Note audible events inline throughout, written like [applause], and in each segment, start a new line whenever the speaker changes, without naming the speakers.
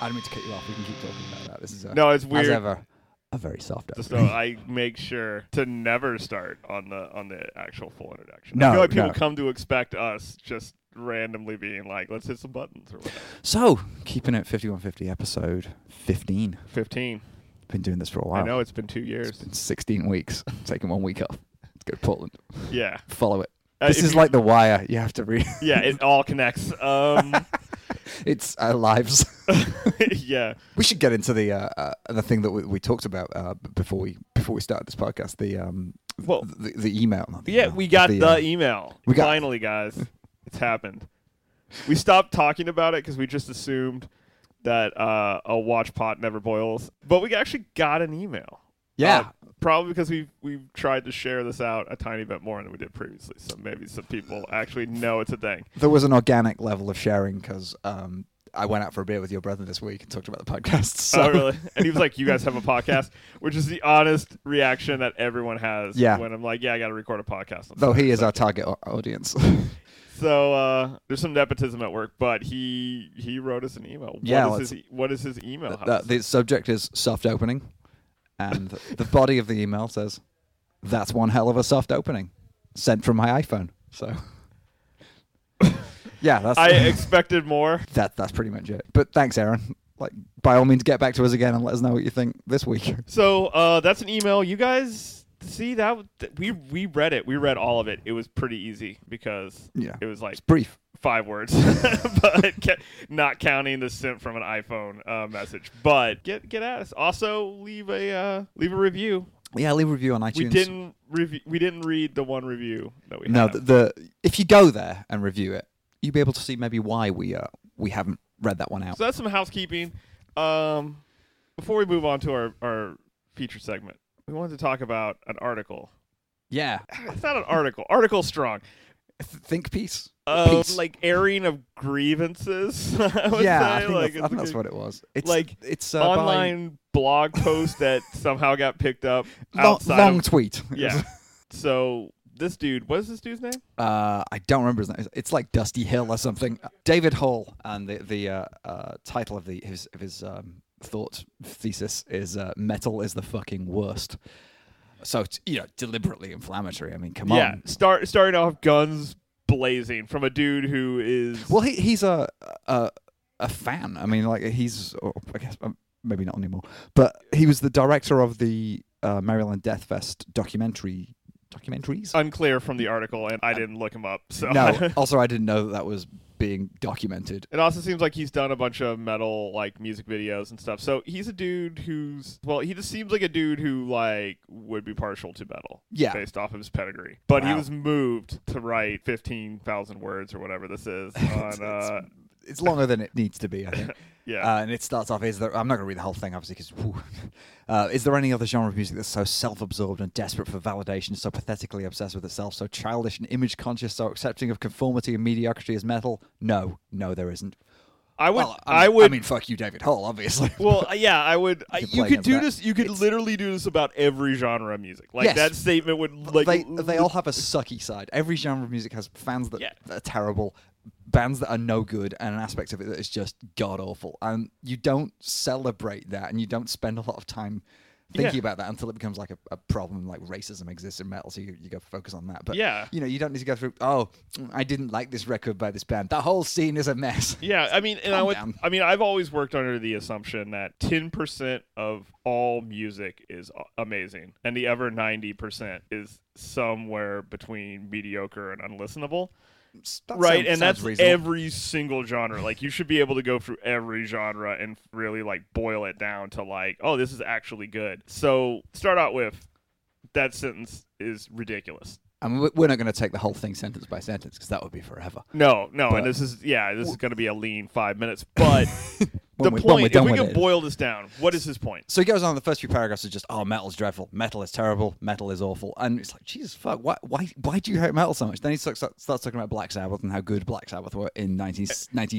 I don't mean to cut you off. We can keep talking about that. This is a,
No, it's
as
weird.
ever a very soft opening.
So I make sure to never start on the on the actual full introduction.
No,
I feel like people
no.
come to expect us just randomly being like, let's hit some buttons or whatever.
So, keeping it 5150 episode 15.
Fifteen.
Been doing this for a while.
I know it's been two
It's
years.
been 16 weeks. [laughs] I'm taking one week off. Let's go to Portland.
yeah.
Follow it.
Uh,
this
if
is
you-
like The Wire. You have to read. [laughs]
yeah, it all connects. Um, [laughs]
it's our lives.
yeah,
we should get into the uh, uh, the thing that we, we talked about uh, b- before we before we started this podcast. The um
Well-
the, the email. not the
yeah,
email,
we
but
got the,
uh,
email.
we got-
Finally, guys, it's happened. We stopped talking about it because we just assumed that uh, a watch pot never boils, but we actually got an email.
yeah.
Uh, probably because we we've tried to share this out a tiny bit more than we did previously, so maybe some people actually know it's
[laughs]
a thing.
there was an organic level of sharing because um I went out for a beer with your brother this week and talked about the podcast. [laughs] So
oh, really? [laughs] And he was like, "You guys have a podcast," which is the honest reaction that everyone has.
Yeah.
When I'm like, "Yeah, I got to record a podcast." on
though he
Saturday."
is our target au-
[laughs]
audience.
So uh, there's some nepotism at work, but he he wrote us an email.
Yeah,
what
let's-
is his, e- what is his
the,
email? house?
the subject is soft opening, and the body of the email says, "That's one hell of a soft opening, sent from my iPhone."
[laughs]
So, yeah, that's [laughs]
[laughs] I expected more.
that. That's pretty much it. But thanks, Aaron. Like, by all means, get back to us again and let us know what you think this week.
So uh, that's an email. You guys see that th- we we read it. We read all of it. It was pretty easy because
Yeah,
it was like
it's brief.
five words, [laughs] but ca- not counting the sent from an iPhone uh, message. But get get at us. Also leave a uh, leave a review.
Yeah, leave a review on iTunes.
We didn't review. We didn't read the one review that we
No,
had.
the, the if you go there and review it, you'll be able to see maybe why we uh we haven't read that one out.
So that's some housekeeping. Um, before we move on to our, our feature segment, we wanted to talk about an article.
yeah,
It's not an article. Article strong.
Th- think piece.
Uh,
Piece.
like airing of grievances. [laughs] I would
yeah,
say.
I think,
like,
that's, I think
it's
that's what it was. It's
like,
it's
a
uh, by-
online blog post that [laughs] somehow got picked up
long,
outside.
long [laughs]
of,
tweet.
[laughs] yeah. So this dude, what is this dude's name?
Uh, I don't remember his name. It's like Dusty Hill or something. Uh, David Hall, and the the uh, uh, title of the his of his um, thought thesis is uh, "Metal is the fucking worst." So it's, you know, deliberately inflammatory. I mean, come
yeah.
on.
Start starting off guns blazing from a dude who is
Well, he, he's a, a a fan. I mean, like he's or I guess um, maybe not anymore, but he was the director of the uh, Maryland Death Fest documentary documentaries.
unclear from the article, and I didn't look him up. So [laughs]
no, also I didn't know that, that was being documented.
It also seems like he's done a bunch of metal like music videos and stuff. So he's a dude who's well, he just seems like a dude who like would be partial to metal.
Yeah.
Based off of his pedigree. But he
Wow.
was moved to write fifteen thousand words or whatever
[laughs]
this is
It's-
on uh
it's, it's longer than it needs to be, I think.
yeah.
Uh, and it starts off. Is there? I'm not going to read the whole thing, obviously, because. Uh, is there any other genre of music that's so self-absorbed and desperate for validation, so pathetically obsessed with itself, so childish and image-conscious, so accepting of conformity and mediocrity as metal? No, no, there isn't.
I would
well, I,
I
mean,
would
I mean, [laughs] fuck you, David Hall, obviously.
[laughs] well, uh, yeah, I would. I,
could
you
play
could
against
do
that.
this. You could literally do this about every genre of music. Like
Yes.
that statement would like
they they all
[laughs]
have a sucky side. Every genre of music has fans that,
Yeah.
that are terrible, bands that are no good, and an aspect of it that is just god awful. And you don't celebrate that, and you don't spend a lot of time thinking
Yeah.
about that until it becomes like a, a problem. Like racism exists in metal, so you, you go focus on that. But
Yeah.
you know, you don't need to go through. Oh, I didn't like this record by this band. That whole scene is a
[laughs]
mess.
Yeah, I mean, and I
Calm
would,
down.
I mean, I've always worked under the assumption that ten percent of all music is a- amazing, and the other ninety percent is somewhere between mediocre and unlistenable.
That
right,
sounds-
and
sounds
that's
reasonable.
every single genre. Like, you should be able to go through every genre and really like boil it down to like, oh, this is actually good. So start out with that sentence is ridiculous.
I mean, we- we're not going to take the whole thing sentence by sentence because that would be forever.
No, no,
But-
and this is yeah, this is going to be a lean five minutes, but.
[laughs] When
the
we- when we're
point, if
done
we
with
can
it.
boil this down, what is his point?
So he goes on. The first few paragraphs are just, "Oh, metal's dreadful. Metal is terrible. Metal is awful." And it's like, Jesus fuck, why, why, why do you hate metal so much? Then he starts, starts talking about Black Sabbath and how good Black Sabbath were in 19,
Eh.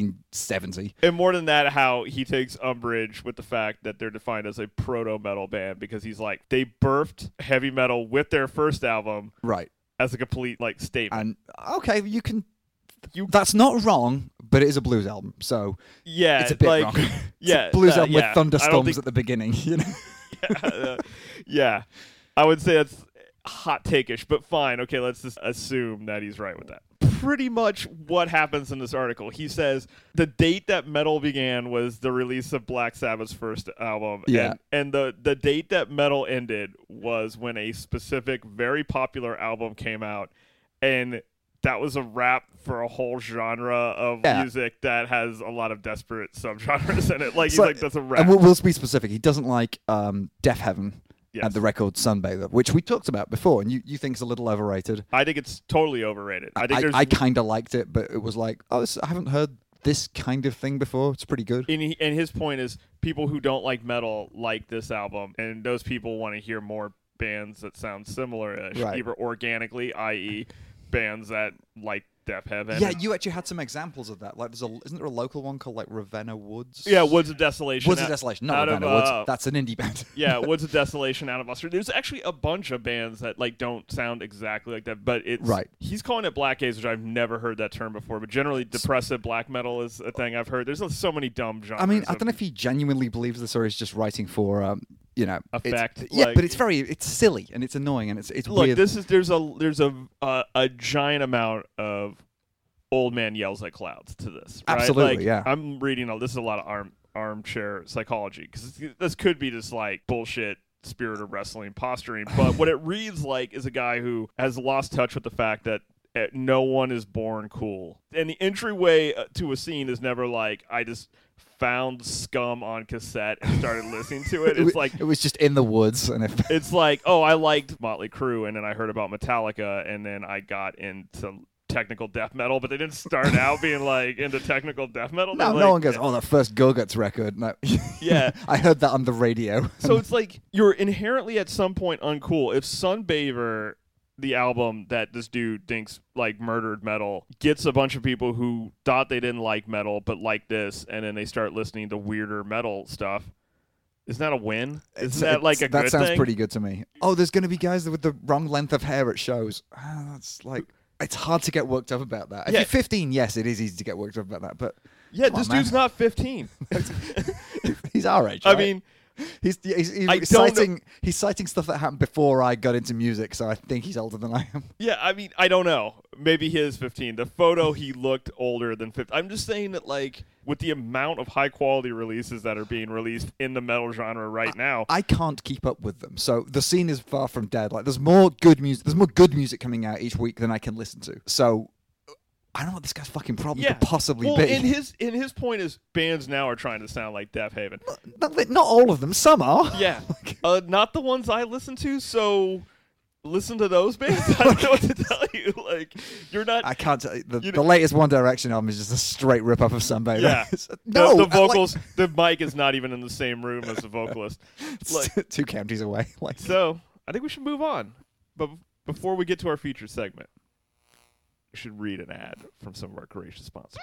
1970.
And more than that, how he takes umbrage with the fact that they're defined as a proto metal band because he's like, they birthed heavy metal with their first album
Right.
as a complete like statement.
And okay, you can.
You-
That's not wrong, but it is a blues album, so
yeah,
it's a bit
like,
wrong. [laughs] It's a
yeah,
blues
uh,
album
yeah. I
with
don't
thunderstorms
think-
at the beginning. [laughs] You know,
Uh, [laughs] yeah, I would say that's hot takeish, but fine. Okay, let's just assume that he's right with that. Pretty much what happens in this article. He says the date that metal began was the release of Black Sabbath's first album.
Yeah.
And, and the, the date that metal ended was when a specific, very popular album came out. And that was a wrap for a whole genre of
Yeah.
music that has a lot of desperate subgenres in it. Like,
It's
he's
like-
like, that's a wrap.
and we'll, we'll be specific. He doesn't like um, Deaf Heaven
Yes.
and the record Sunbather, which we talked about before, and you, you think is a little overrated.
I think it's totally overrated. I think
I,
there's
I kind of liked it, but it was like, oh, this, I haven't heard this kind of thing before. It's pretty good.
and, he, and his point is people who don't like metal like this album and those people want to hear more bands that sound similar
Right.
either organically i.e. bands that like Deaf Heaven
Yeah, you actually had some examples of that. Like, there's a isn't there a local one called like Ravenna Woods?
yeah Woods of Desolation
Woods of
out-
Desolation, not
out of,
Ravenna
uh,
Woods. That's an indie band.
[laughs] yeah Woods of Desolation out of Australia there's actually a bunch of bands that like don't sound exactly like that but it's
Right.
he's calling it black gaze which I've never heard that term before but generally depressive black metal is a thing I've heard there's so many dumb genres
I mean, I
of-
don't know if he genuinely believes this or he's just writing for, um, you know, it's-
Effect,
yeah,
like-
but it's very, it's silly and it's annoying and it's it's
look
weird.
this is there's a there's a uh, a giant amount of old man yells at clouds to this right?
Absolutely,
Like,
yeah.
i'm reading all this is a lot of arm armchair psychology because this could be just like bullshit spirit of wrestling posturing but
[laughs]
what it reads like is a guy who has lost touch with the fact that uh, no one is born cool and the entryway uh, to a scene is never like i just found scum on cassette and started listening
[laughs]
to it
It
it's
wa-
like
it was just in the woods and if
it's like, oh, I liked Motley Crue, and then I heard about Metallica, and then I got into technical death metal, but they didn't
[laughs]
start out being like into technical death
[laughs]
metal.
no,
They're
no
like-
one goes, oh, that first Go-Gets record. No. [laughs]
Yeah.
I heard that on the radio.
So it's like you're inherently at some point uncool. If Sunbather, the album that this dude thinks like murdered metal, gets a bunch of people who thought they didn't like metal but like this, and then they start listening to weirder metal stuff. Isn't that a win? Isn't that like a
that
good
sounds
thing?
pretty good to me. Oh, there's going to be guys with the wrong length of hair at shows. Ah, that's like it's hard to get worked up about that. If
Yeah.
you're 15, yes, it is easy to get worked up about that, but [laughs]
Yeah,
Come on,
this
man.
dude's
[laughs]
not 15.
he's our age.
I
right?
mean,
he's he's, he's
I don't know-
citing he's citing stuff that happened before I got into music, so I think he's older than I am.
Yeah, I mean, I don't know. Maybe he is 15. The photo, he looked older than 15. I'm just saying that, like, with the amount of high quality releases that are being released in the metal genre right now,
I can't keep up with them. So the scene is far from dead. Like there's more good music. There's more good music coming out each week than I can listen to. So I don't know what this guy's fucking problem
yeah,
could possibly
well,
be.
And his and his point is, bands now are trying to sound like Death
[laughs]
Haven.
not, that- not all of them. Some are.
Yeah, uh, not the ones I listen to. So listen to those bands. [laughs] I don't know what to tell you. [laughs] Like, you're not.
I can't. Tell you, the,
You
the latest One Direction album is just a straight rip off of Sunbather.
Yeah.
[laughs] It's-
the-
no, I
the,
like- [laughs]
vocals, the mic is not even in the same room as the vocalist.
it's
Like,
[laughs] two counties away. [laughs] Like
So I think we should move on. But before we get to our feature segment, we should read an ad from some of our gracious sponsors.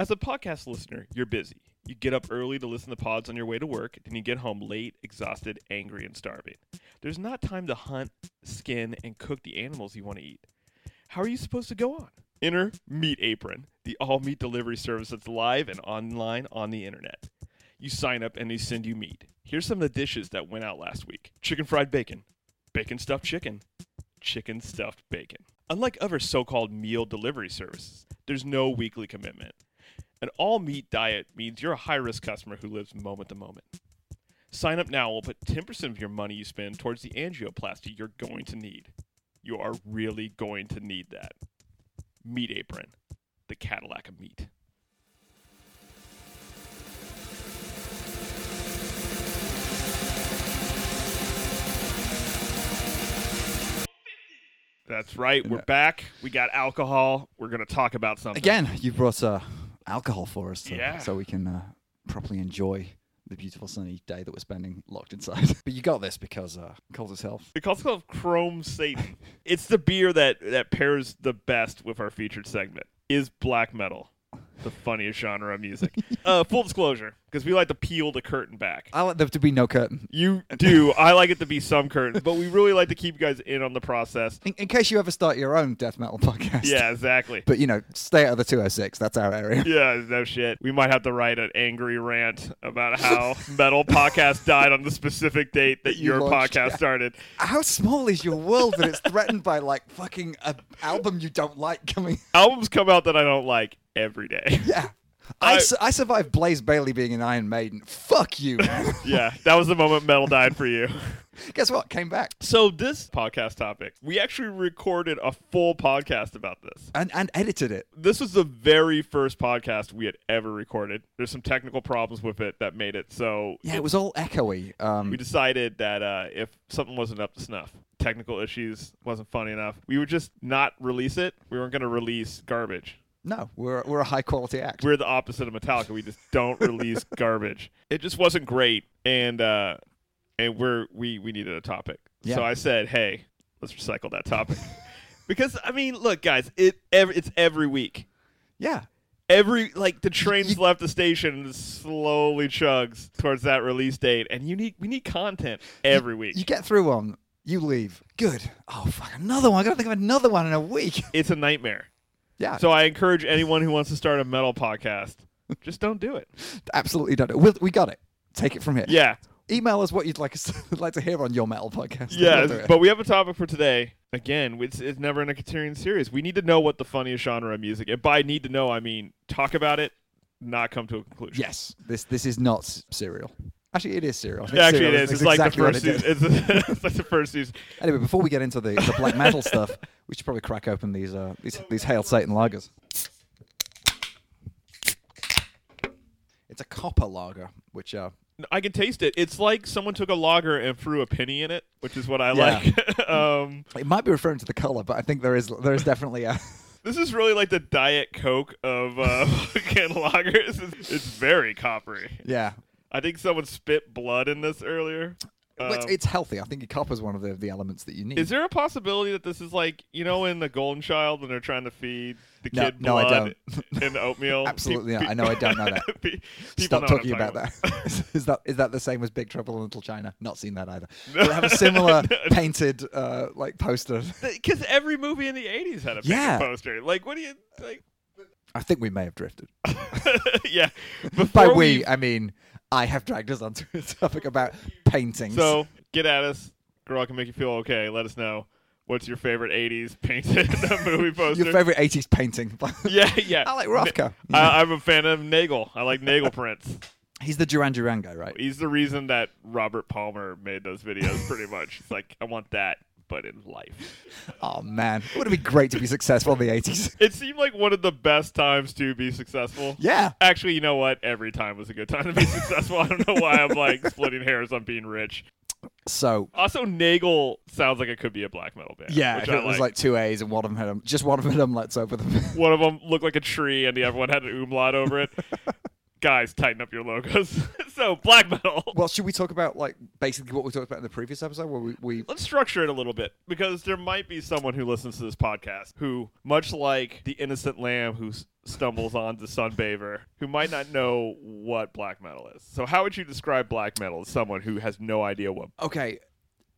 As a podcast listener, you're busy. You get up early to listen to pods on your way to work, then you get home late, exhausted, angry, and starving. There's not time to hunt, skin, and cook the animals you want to eat. How are you supposed to go on? Enter Meat Apron, the all meat delivery service that's live and online on the internet. You sign up and they send you meat. Here's some of the dishes that went out last week chicken fried bacon, bacon stuffed chicken, chicken stuffed bacon. Unlike other so called meal delivery services, there's no weekly commitment. An all meat diet means you're a high risk customer who lives moment to moment. Sign up now. We'll put 10% of your money you spend towards the angioplasty you're going to need. You are really going to need that. Meat Apron, the Cadillac of meat. That's right. We're back. We got alcohol. We're going to talk about something.
again, you brought uh, alcohol for us, so,
Yeah.
so we can uh, properly enjoy the beautiful sunny day that we're spending locked inside. [laughs] but you got this because uh, cold as hell.
It calls itself Chrome Satan. it's the beer that that pairs the best with our featured segment. Is black metal. the funniest genre
[laughs]
of music. uh, full disclosure, because we like to peel the curtain back.
I want there to be no curtain. [laughs]
You do. I like it to be some curtain, but we really like to keep you guys in on the process.
In, in case you ever start your own death metal [laughs] podcast.
Yeah, exactly.
But you know, stay out of the 206. That's our area.
Yeah, no shit. We might have to write an angry rant about
[laughs]
how metal podcast died on the specific date that
You
your
launched,
podcast
yeah.
started.
How small is your world that it's threatened by like fucking a album you don't like coming?
Albums come out that I don't like every
[laughs]
day.
Yeah. I,
I-
su- I survived Blaze Bailey being an Iron Maiden. Fuck you,
[laughs]
man.
yeah, that was the moment metal died for you.
Guess what? Came back.
So this podcast topic, we actually recorded a full podcast about this.
And, and edited it.
This was the very first podcast we had ever recorded. There's some technical problems with it that made it so
Yeah, it was all echoey. Um,
we decided that uh, if something wasn't up to snuff, technical issues wasn't funny enough, we would just not release it. We weren't going to release garbage.
no, we're, we're a high quality act.
We're the opposite of Metallica. We just don't
[laughs]
release garbage. It just wasn't great, and uh, and we're we we needed a topic.
Yeah.
So I said, hey, let's recycle that topic, [laughs] because I mean, look, guys, it ev- it's every week.
yeah.
Every like the train's left the station and slowly chugs towards that release date, and you need we need content every week.
You get through one, you leave. Good. Oh, fuck, another one. i got to think of another one in a week. [laughs]
it's a nightmare.
Yeah,
So I encourage anyone who wants to start a metal podcast, just don't
[laughs]
do it.
absolutely done it. We'll, we got it. Take it from here.
Yeah,
Email us what you'd like us like to [laughs] hear on your metal podcast. [laughs]
yeah.
We'll do it.
But we have a topic for today. Again, it's, it's never in a Criterion series. We need to know what the funniest genre of music. And by need to know, I mean talk about it, not come to a conclusion.
yes, this this is not s- serial. Actually, it is serial. I think
Actually, it
serial
is. It's like the
exactly what
first
it is.
season. It's, [laughs] it's like the first season.
Anyway, before we get into the, the black metal stuff, we should probably crack open these uh, these these Hail Satan lagers. It's a copper lager, which uh,
I can taste it. It's like someone took a lager and threw a penny in it, which is what I
Yeah.
like. [laughs] um,
it might be referring to the color, but I think there is there is definitely a [laughs]
This is really like the Diet Coke of uh, [laughs] fucking lagers. It's, it's very coppery.
yeah.
I think someone spit blood in this earlier.
Well, it's,
Um,
it's healthy. I think copper's one of the, the elements that you need.
is there a possibility that this is like you know in the Golden Child when they're trying to feed the
No,
kid
no, I
blood [laughs] and oatmeal?
[laughs] Absolutely
Pe-
not. I know I don't know that.
[laughs] pe- people
Stop
know what I'm
talking about that. [laughs] Is that is that the same as Big Trouble in Little China? Not seen that
[laughs]
either.
No.
They have a
[laughs]
similar
No.
painted uh, like poster.
Because every movie in the '80s had a big
Yeah.
poster. Like, what do you like? [laughs]
I think we may have drifted.
yeah.
By
Before
we, I mean I have dragged us onto a topic about paintings.
So get at us. Girl, I can make you feel okay. Let us know. What's your favorite 80s painted [laughs] movie
[laughs]
poster?
your favorite '80s painting? [laughs] by-
[laughs] yeah, yeah.
Alec Rothko.
I, I'm a fan of Nagel. I like Nagel prints.
He's the Duran Duran guy, right?
He's the reason that Robert Palmer made those videos, pretty much. It's like, I want that, but in life.
Oh man, would it be great to be successful in the
[laughs]
'80s?
It seemed like one of the best times to be successful.
Yeah.
Actually, you know what? Every time was a good time to be [laughs] successful. I don't know why I'm like splitting hairs on being rich.
So
Also, Nagel sounds like it could be a black metal band.
yeah,
which
if
I
it was like two A's and one of them had 'em- just one of them had umlets over them.
one of them looked like a tree and the other one had an umlaut over it. Guys, tighten up your logos. [laughs] so, black metal.
[laughs] Well, should we talk about like basically what we talked about in the previous episode where we, we
Let's structure it a little bit because there might be someone who listens to this podcast who, much like the innocent lamb who s- stumbles onto Sunbaver, who might not know what black metal is. So, how would you describe black metal to someone who has no idea what?
okay,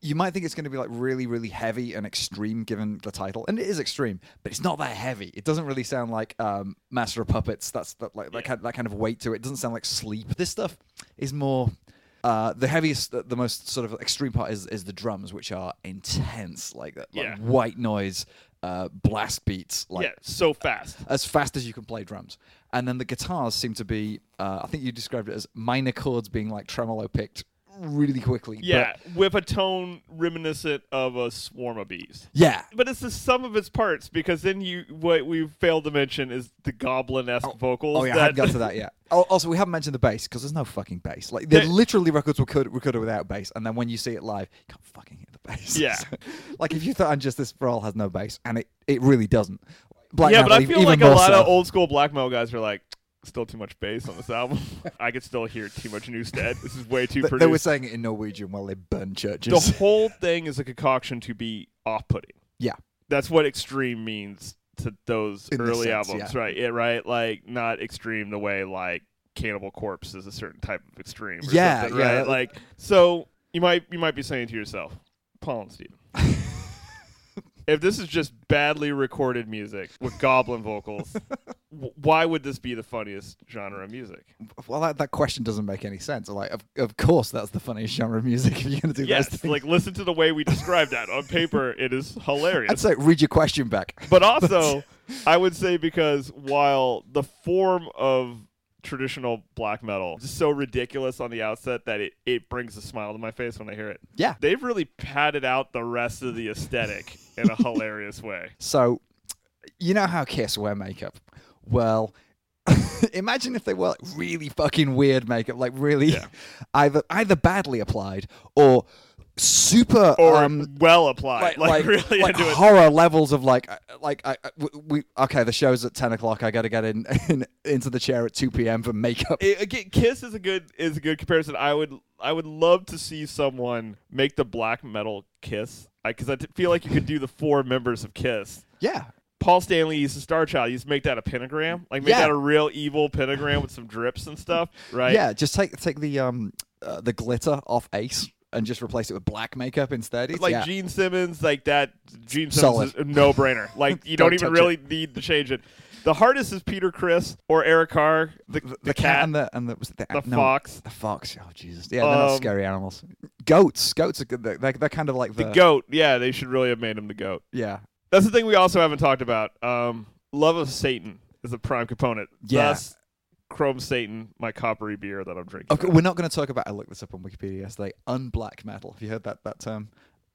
you might think it's going to be like really really heavy and extreme given the title, and it is extreme, but it's not that heavy. It doesn't really sound like um, Master of Puppets. That's that like that, kind, that kind of weight to it. It doesn't sound like Sleep. This stuff is more. Uh, the heaviest, the the most sort of extreme part is, is the drums, which are intense, like, like
Yeah.
white noise, uh, blast beats, like
yeah, so fast.
as fast as you can play drums. And then the guitars seem to be, uh, I think you described it as minor chords being like tremolo picked really quickly. but-
Yeah, with a tone reminiscent of a swarm of bees.
yeah.
But it's the sum of its parts because then you what we failed to mention is the goblin esque vocals.
Oh yeah, I
that,
hadn't
[laughs]
got to that yet. [laughs] Al- Also, we haven't mentioned the bass because there's no fucking bass. Like, they're
There-
literally records were recorded, recorded without bass, and then when you see it live, you can't fucking hear the bass.
Yeah.
[laughs] like if you thought "Unjustice for All" has no bass, and it, it really doesn't. Black
yeah,
Metal,
but I
e-
feel
even
like a
more
lot
so.
of old school black metal guys are like, still too much bass on this album. [laughs] I could still hear too much Newstead. This is way too
Th- They were
produced.
saying it in Norwegian while they burned churches.
The whole thing is a concoction to be off putting.
Yeah.
That's what extreme means to those
In this
early
sense,
albums,
yeah.
right? Yeah, right. Like not extreme the way like Cannibal Corpse is a certain type of extreme. Or
Yeah,
something,
yeah.
Right? Like so, you might you might be saying to yourself, Paul
[laughs]
and Steven, if this is just badly recorded music with
[laughs]
goblin vocals, w- why would this be the funniest genre of music?
[laughs] Well, that, that question doesn't make any sense. Like, of, of course, that's the funniest genre of music if you're going to do those
Yes,
things.
like listen to the way we describe that on paper. It is hilarious.
I'd say read your question back.
but also I would say because while the form of traditional black metal is so ridiculous on the outset that it, it brings a smile to my face when I hear it.
Yeah.
They've really padded out the rest of the aesthetic in a hilarious way.
So, you know how Kiss wear makeup? Well, [laughs] imagine if they were like, really fucking weird makeup, like really
Yeah.
[laughs] either either badly applied or super
Or
um,
well
like
applied. Like,
like,
really
like
into it.
horror levels of like uh, like I, I- w- we okay the show's at ten o'clock. I got to get in, [laughs] in into the chair at two p.m. for
[laughs]
makeup.
It- again, Kiss is a good is a good comparison. I would I would love to see someone make the black metal Kiss because I, t- feel like you could do the four members of Kiss.
Yeah,
Paul Stanley used a star child. You just make that a pentagram, like make
Yeah.
that a real evil pentagram with some drips and stuff,
[laughs]
right?
yeah. Just take take the um uh, the glitter off Ace and just replace it with black makeup instead. It's,
Like
yeah.
Gene Simmons, like that. Gene
Solid.
Simmons is a
[laughs]
no brainer. Like you don't,
Don't
even
touch
really need to change it. The hardest is Peter Chris or Eric Carr, the,
the,
the
cat,
cat,
and the and the was it the,
the
no,
fox,
The fox. Oh Jesus! Yeah, they're not
Um,
scary animals. Goats. Goats are good. They're, they're, they're kind of like the,
the goat. Yeah, they should really have made him the goat.
yeah.
That's the thing we also haven't talked about. Um, love of Satan is a prime component.
Yeah.
Thus, Chrome Satan, my coppery beer that I'm drinking.
Okay, we're not going to talk about. I looked this up on Wikipedia yesterday. Unblack metal. Have you heard that that term?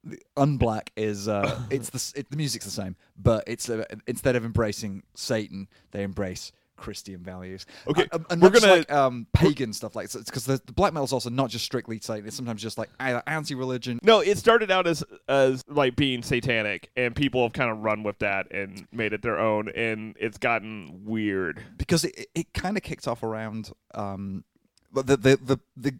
The Unblack is
[laughs]
uh, it's the s- it, the music's the same, but it's uh, instead of embracing Satan, they embrace Christian values.
Okay,
Uh, and
we're
not just,
gonna-
like, um, pagan stuff like because the, the black metal's also not just strictly Satan. It's sometimes just like either anti-religion.
No, it started out as as like being satanic, and people have kind of run with that and made it their own, and it's gotten weird.
because it, it- it kind of kicked off around um, but the, the the the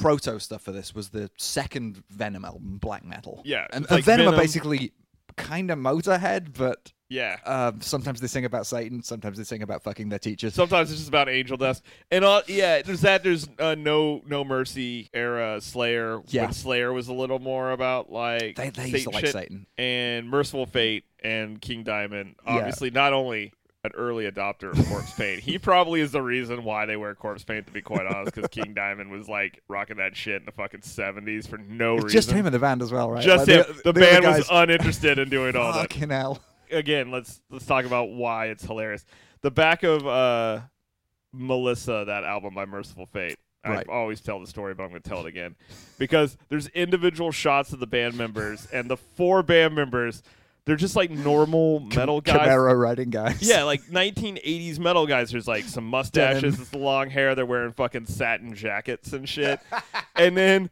proto stuff for this was the second Venom album, Black Metal.
Yeah,
and, and
it's like
Venom, are
Venom-
basically kind of Motorhead, but
Yeah.
um, sometimes they sing about Satan, sometimes they sing about fucking their teachers.
Sometimes it's just about angel dust, and all yeah. There's that. There's uh, no no mercy era Slayer.
Yeah.
when Slayer was a little more about like
they they used to
Satan
like
shit,
Satan.
and Merciful Fate and King Diamond.
Yeah.
Obviously, not only an early adopter of corpse paint, he probably is the reason why they wear corpse paint. To be quite honest,
[laughs]
because King Diamond was like rocking that shit in the fucking seventies for no
It's
reason.
just him and the band as well, right?
Just
Like,
him.
The,
The,
the
band
other
was
guys-
uninterested in doing
[laughs]
all that.
Fucking hell.
Again, let's let's talk about why it's hilarious. The back of uh, Melissa, that album by Merciful Fate.
Right.
I always tell the story, but I'm going to tell it again because there's individual shots of the band members and the four band members. They're just like normal metal guys.
Camaro riding guys.
Yeah, like 1980s metal guys. There's like some mustaches,
Denim.
this long hair. They're wearing fucking satin jackets and shit. [laughs] and then,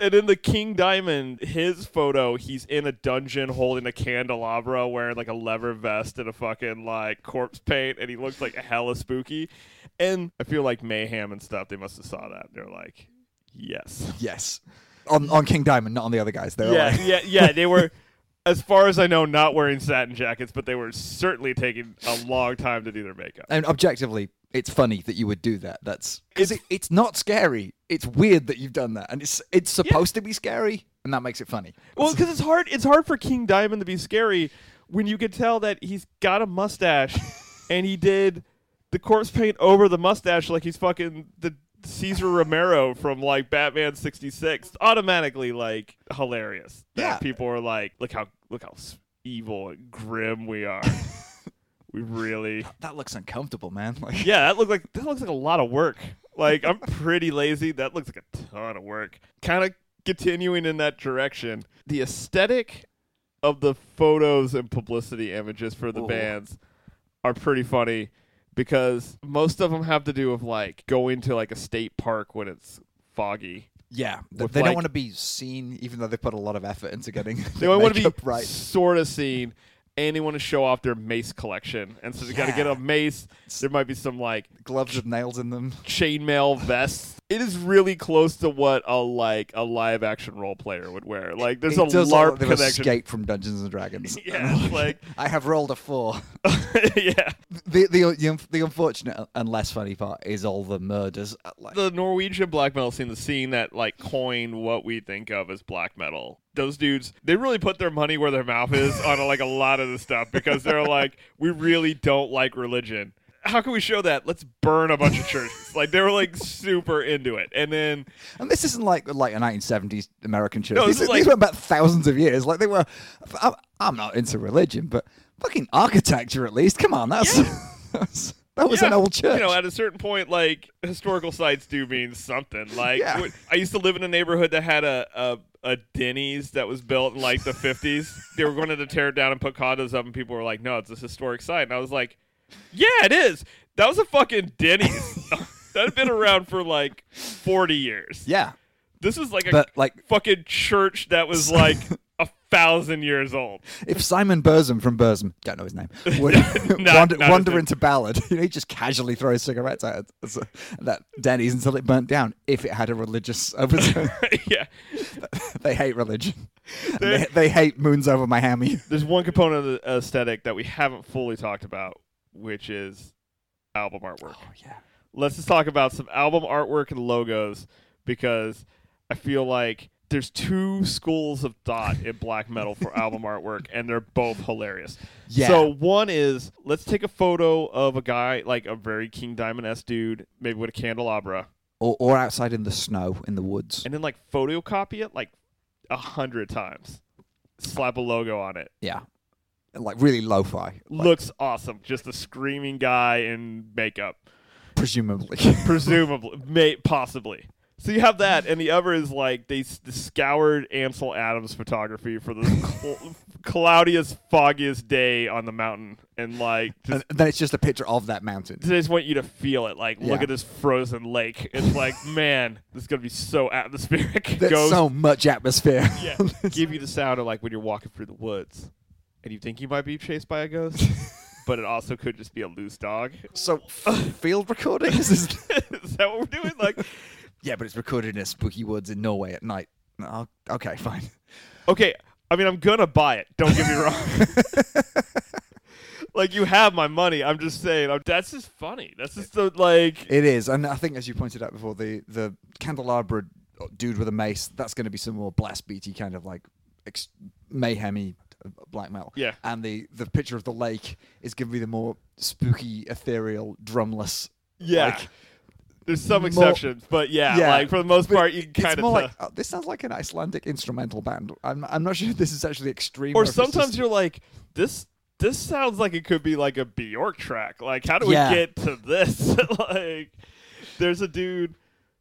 and then the King Diamond, his photo. He's in a dungeon holding a candelabra, wearing like a leather vest and a fucking like corpse paint, and he looks like hella spooky. And I feel like mayhem and stuff. They must have saw that. They're like, yes.
Yes. On on King Diamond, not on the other guys. They're
Yeah,
like,
yeah, yeah. They were, [laughs] as far as I know, not wearing satin jackets, but they were certainly taking a long time to do their makeup.
And objectively, it's funny that you would do that. That's because it,
It's-
it's not scary. It's weird that you've done that, and it's it's supposed to be scary, and that makes it funny.
Well, because it's hard. It's hard for King Diamond to be scary when you can tell that he's got a mustache, and he did the corpse paint over the mustache like he's fucking the Caesar Romero from like Batman '66. Automatically, like hilarious. That
Yeah.
people are like, look how look how s- evil and grim we are. we really.
that looks uncomfortable, man. [laughs] Like,
[laughs] Yeah, that looked like that looks like a lot of work. Like I'm pretty lazy. That looks like a ton of work. Kind of continuing in that direction. The aesthetic of the photos and publicity images for the
Ooh.
bands are pretty funny because most of them have to do with like going to like a state park when it's foggy.
yeah, th-
With
they
like-
don't want to
[laughs]
be seen, even though they put a lot of effort into getting. [laughs]
They only want to be
makeup right.
sort of seen and they want to show off their mace collection. And so they got to
Yeah.
get a mace. There might be some like
Gloves with nails in them.
chainmail vests. It is really close to what a like a live action role player would wear. Like there's
It
a
does all
LARP
the
connection. [laughs]
escape from Dungeons and Dragons.
Yeah, it's like-
[laughs]
[laughs]
I have rolled a four. [laughs]
yeah.
The, the the un- the unfortunate and less funny part is all the murders. Uh, Like,
The Norwegian black metal scene, the scene that like coined what we think of as black metal. Those dudes, they really put their money where their mouth is on like a lot of this stuff because they're like, we really don't like religion. How can we show that? Let's burn a bunch of churches. Like they were like super into it. And then
And this isn't like like a 1970s American church.
No, this
these,
is like-
these were about thousands of years. Like they were. I'm, I'm not into religion, but fucking architecture at least. Come on, that's, that's- [laughs] that was an
Yeah.
old church.
You know, at a certain point, like historical sites do mean something. Like
Yeah.
w- I used to live in a neighborhood that had a, a a Denny's that was built in
[laughs]
like the 50s. they were going to tear it down and put condos up, and people were like, "No, it's this historic site." And I was like, "Yeah, it is. That was a fucking Denny's.
[laughs]
[laughs] that had been around for like 40 years.
yeah,
This is like a
but like
fucking church that was
[laughs]
like." A thousand years old. [laughs]
if Simon Burzum from Burzum, don't know his name, would [laughs] wander,
not his
wander
name.
into Ballard, [laughs] you know, he just casually throws cigarettes at us- that Denny's until it burnt down. If it had a religious [laughs] overtone,
[laughs] yeah.
they hate religion. And
They-
They, they hate moons over my hammy.
[laughs] there's one component of the aesthetic that we haven't fully talked about, which is album artwork.
yeah.
Let's just talk about some album artwork and logos because I feel like there's two schools of thought in black metal for album artwork, and they're both hilarious.
Yeah.
So one is let's take a photo of a guy like a very King Diamond s dude, maybe with a candelabra,
Or, or outside in the snow in the woods.
and then like photocopy it like a hundred times, slap a logo on it,
Yeah. Like really lo fi,
looks awesome. Just a screaming guy in makeup, [laughs]
presumably. [laughs]
presumably, may, possibly. So you have that, and the other is like they s- scoured Ansel Adams photography
[laughs]
for the cl- cloudiest, foggiest day on the mountain, and like
and
just,
then it's just a picture of that mountain.
they just want you to feel it. Like, look
Yeah.
at this frozen lake.
[laughs]
It's like, man, this is gonna be so atmospheric. [laughs]
There's
Goes-
so much atmosphere.
[laughs]
[laughs]
yeah, give you the sound of like when you're walking through the woods, and you think you might be chased by a ghost,
[laughs]
but it also could just be a loose dog.
So, f- field recordings?
[laughs]
Is-
is that what we're doing? Like,
yeah, but it's recorded in a spooky woods in Norway at night. Oh, okay, fine.
okay, I mean, I'm gonna buy it. Don't get me wrong.
[laughs]
like, you have my money. I'm just saying. I'm, that's just funny. That's just the like.
It is, and I think as you pointed out before, the the candelabra uh, dude with a mace. That's going to be some more blast beaty kind of like ex- mayhemy uh, black metal.
Yeah.
and the the picture of the lake is going to be the more spooky, ethereal, drumless.
Yeah.
like-
there's some
more-
exceptions, but yeah,
Yeah,
like for the most
but
part, you
It's
kind of
more like oh, this sounds like an Icelandic instrumental band. I'm I'm not sure if this is actually extreme.
or
if it's just-
sometimes you're like this this sounds like it could be like a Bjork track. Like how do we
Yeah.
get to this? [laughs] like there's a dude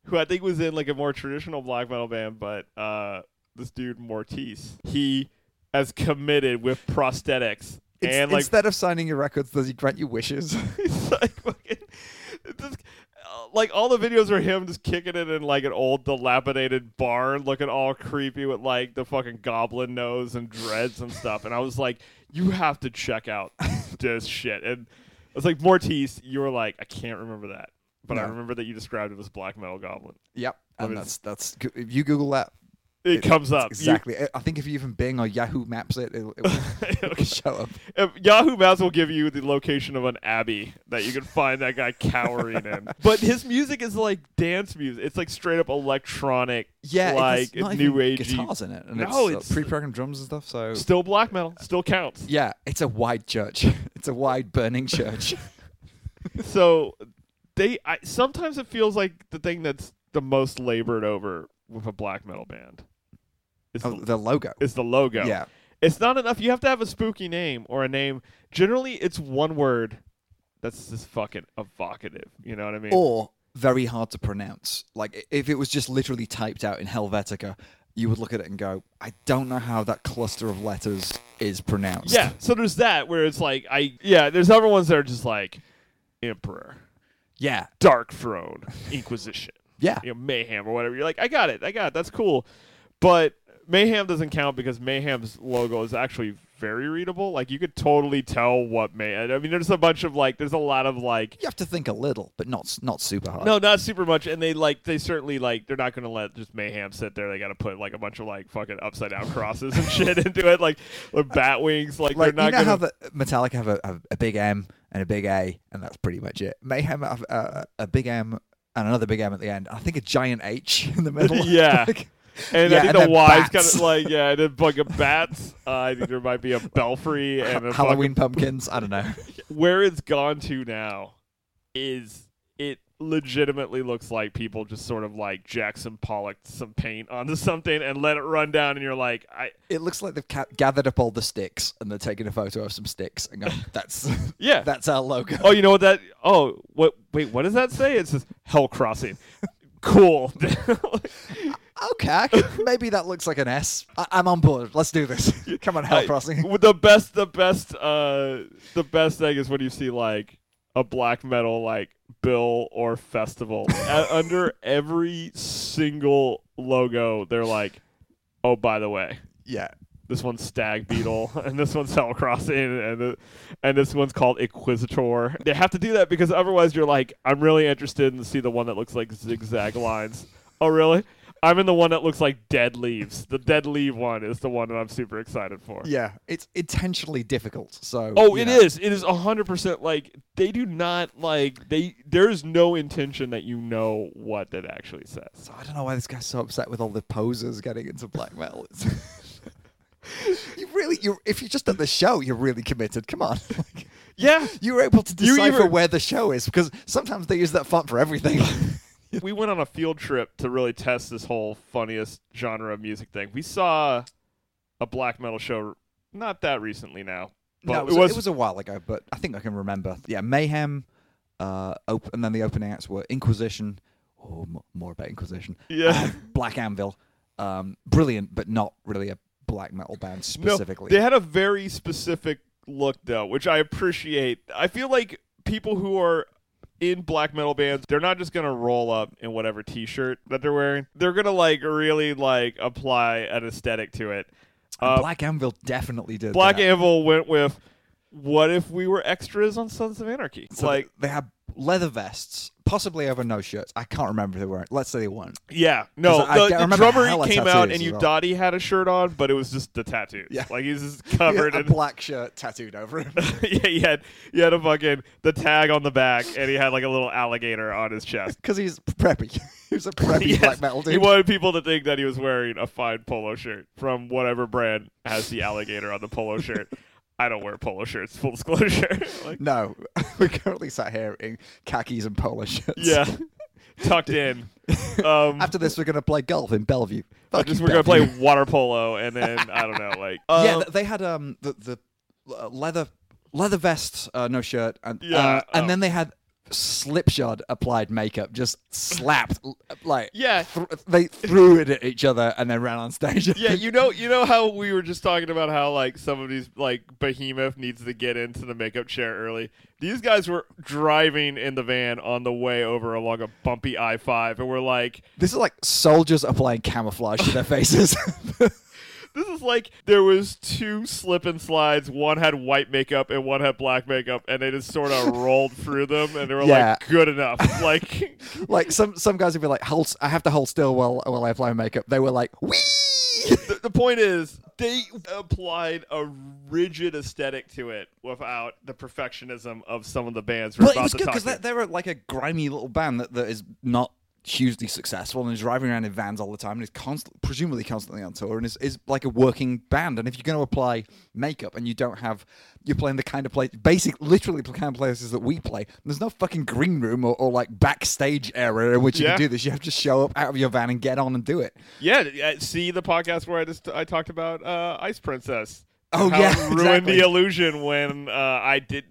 who I think was in like a more traditional black metal band, but uh this dude Mortis, he has committed with prosthetics
It's-
and like
instead of signing your records, does he grant you wishes? [laughs]
[laughs] he's like fucking just, uh, like all the videos are him just kicking it in like an old dilapidated barn, looking all creepy with like the fucking goblin nose and dreads and stuff. And I was like, you have to check out [laughs] this shit. And I was like, Mortis, you were like, I can't remember that, but I
No.
remember that you described it as black metal goblin.
yep,
mean,
and that's that's go- if you Google that
It,
It-
comes up You-
exactly. I- I think if you even Bing or Yahoo Maps it, it'll,
[laughs]
it'll, [laughs] it'll show up.
If Yahoo Maps will give you the location of an abbey that you can find that guy cowering in.
[laughs]
But his music is like dance music. It's like straight up electronic.
Yeah,
like
it's not
new
even
agey.
guitars in it, and
No,
it's, uh,
it's-
pre-programmed drums and stuff. So
Still black metal. Still counts.
yeah, it's a wide church. [laughs] It's a wide burning
[laughs]
church.
So they. I, sometimes it feels like the thing that's the most labored over with a black metal band. Is
oh,
the,
the logo.
is the logo.
Yeah,
It's not enough. You have to have a spooky name or a name. Generally, it's one word. That's just fucking evocative. You know what I mean?
or very hard to pronounce. Like i- if it was just literally typed out in Helvetica, you would look at it and go, "I don't know how that cluster of letters is pronounced."
Yeah, so there's that where it's like I yeah, there's other ones that are just like Emperor,
yeah,
Dark Throne, Inquisition,
yeah.
you know, Mayhem or whatever. You're like, I got it, I got it, that's cool. But Mayhem doesn't count because Mayhem's logo is actually very readable. Like you could totally tell what Mayhem. I mean, there's a bunch of like, there's a lot of like,
You have to think a little, but not s- not super hard.
no, not super much. And they like, they certainly like, they're not gonna let just Mayhem sit there. They gotta put like a bunch of like fucking upside down crosses and shit [laughs] into it, like with bat wings. Like,
like you
they're
know
not gonna.
how the Metallica have a, have a big M and a big A, and that's pretty much it. Mayhem have a, a big M and another big M at the end. I think a giant H in the middle. [laughs]
[laughs] Yeah.
Like,
And
Yeah,
I think
and
the
then
Y's kind
bats.
of like, yeah, and then
[laughs]
bug of bats. Uh, I think there might be a belfry and a fucking
Halloween pumpkins. I don't know.
where it's gone to now is it legitimately looks like people just sort of like Jackson Pollock some paint onto [laughs] something and let it run down, and you're like, I
It looks like they've ca- gathered up all the sticks and they're taking a photo of some sticks and [laughs] going, "That's
yeah.
that's our logo."
oh, you know what that? Oh, what? Wait, what does that say? It says Hell Crossing.
[laughs]
cool. [laughs]
Okay, I could, maybe that looks like an S. I- I'm on board. Let's do [laughs] this. Come on, Hell
I-
Crossing.
the best, the best, uh, the best thing is when you see like a black metal like bill or festival Uh, under every single logo, they're like, oh, by the way.
Yeah,
this one's stag beetle and this one's hell crossing and the, and this one's called inquisitor they have to do that because otherwise you're like i'm really interested in see the one that looks like zigzag lines [laughs] oh really i'm in the one that looks like dead leaves the dead leaf one is the one that i'm super excited for
yeah. It's intentionally difficult. So
Oh,
you
it
know.
is. It is hundred percent. Like they do not like they. There is no intention that you know what that actually says.
So I don't know why this guy's so upset with all the posers getting into black [laughs] metal. It's you really, you if you're just at the show, you're really committed. Come on, [laughs] Like,
Yeah,
you were able to
You
decipher
even-
where the show is because sometimes they use that font for everything. [laughs]
we went on a field trip to really test this whole funniest genre of music thing. We saw a black metal show not that recently now, but
no, it was, it was a while ago, but I think I can remember. Yeah, Mayhem, uh, op- and then the opening acts were Inquisition. Oh, m- more about Inquisition.
yeah.
and [laughs] Black Anvil. Um, brilliant, but not really a black metal band specifically.
No, they had a very specific look though, which I appreciate. I feel like people who are in black metal bands, they're not just gonna roll up in whatever T-shirt that they're wearing. They're gonna like really like apply an aesthetic to it.
And
Uh,
black Anvil definitely did.
Black
that.
Anvil went with, "What if we were extras on Sons of Anarchy?"
So
like,
they had leather vests, possibly over no shirts. I can't remember if they weren't. Let's say they weren't.
Yeah, no,
'Cause I- I
the, the
remember
drummer
hella
came out
tattoos
and
as
you
well.
Dottie had a shirt on, but it was just the tattoos.
Yeah.
like he's just
He had
covered
a
in.
black shirt tattooed over
[laughs]
him.
yeah, he had he had a fucking the tag on the back, and he had like a little alligator on
[laughs]
his chest.
Because he's preppy. [laughs] he was a preppy
[laughs] Yes,
black metal dude.
He wanted people to think that he was wearing a fine polo shirt from whatever brand has the alligator on the polo shirt.
[laughs]
I don't wear polo shirts. Full disclosure. [laughs] like,
No, [laughs] we're currently sat here in khakis and polo shirts.
yeah, tucked in.
[laughs]
Um,
After this, we're gonna play golf in Bellevue. Fuck
just
you,
we're gonna
Bellevue.
play water polo, and then I don't know, like
yeah,
um,
th- they had um the the uh, leather leather vests, uh, no shirt, and
Yeah,
uh,
um,
and then they had slipshod applied makeup, just slapped l- like
yeah.
th- they threw it at each other and then ran on stage.
yeah, you know, you know how we were just talking about how like some of these like behemoth needs to get into the makeup chair early. These guys were driving in the van on the way over along a bumpy I five, and we're like,
[laughs] this is like soldiers applying camouflage to their faces. [laughs]
this is like there was two slip and slides. One had white makeup and one had black makeup, and they just
[laughs]
sort of rolled through them, and they were
Yeah.
like,
[laughs]
good enough. Like,
like some some guys would be like, "Hold, s- I have to hold still while while I apply makeup." They were like, "Wee."
the, the point is they applied a rigid aesthetic to it without the perfectionism of some of the bands we're
But it
about
was
to
good
talk
because
to.
they're, they're like a grimy little band that, that is not hugely successful and is driving around in vans all the time and is constant, presumably constantly on tour and is, is like a working band. And if you're going to apply makeup and you don't have, you're playing the kind of place, basic, literally the kind of places that we play, there's no fucking green room or, or like backstage area in which you
Yeah.
can do this. You have to show up out of your van and get on and do it.
Yeah, th- uh, see the podcast where I just I talked about uh, Ice Princess.
Oh,
and how
yeah,
it ruined
exactly.
the illusion when uh, I did.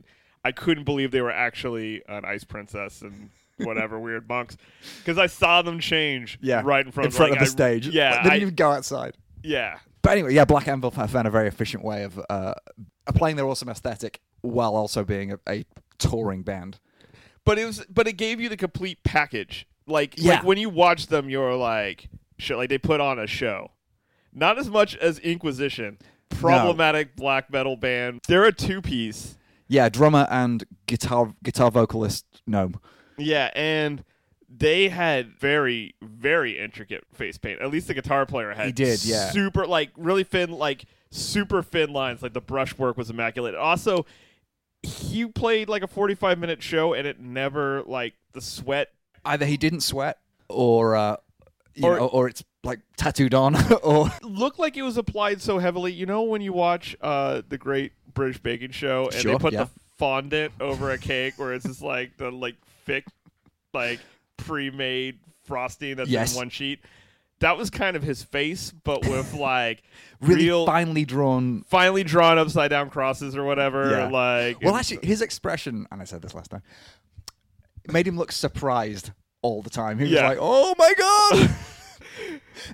I couldn't believe they were actually an Ice Princess and whatever [laughs] weird monks because I saw them change.
Yeah.
right in front
in front
like,
of the
I-
stage.
Yeah,
Like, they
I-
didn't even go outside.
yeah.
But anyway, yeah, Black Anvil f- found a very efficient way of uh, applying their awesome aesthetic while also being a, a touring band.
But it was but it gave you the complete package. Like
Yeah.
like when you watch them, you're like shit. Like they put on a show. Not as much as Inquisition, problematic black metal band. They're a two piece.
Yeah, drummer and guitar guitar vocalist gnome.
Yeah, and they had very, very intricate face paint. At least the guitar player had.
He did, yeah.
Super, like really thin, like super thin lines. Like the brushwork was immaculate. Also, he played like a forty-five minute show, and it never like the sweat.
Either he didn't sweat, or uh, you
Or-
know, or it's like tattooed on, [laughs] or
looked like it was applied so heavily. You know when you watch uh, the Great British Baking Show and
Sure,
they put
yeah.
the fondant over a cake, where it's just like the like thick, like pre-made frosting that's
Yes.
in one sheet. That was kind of his face,
[laughs]
but with like
really
real
finely drawn.
finely drawn upside down crosses or whatever.
Yeah.
Like
Well, actually, his expression, and I said this last time, made him look surprised all the time. He was
Yeah.
like, "Oh my god!"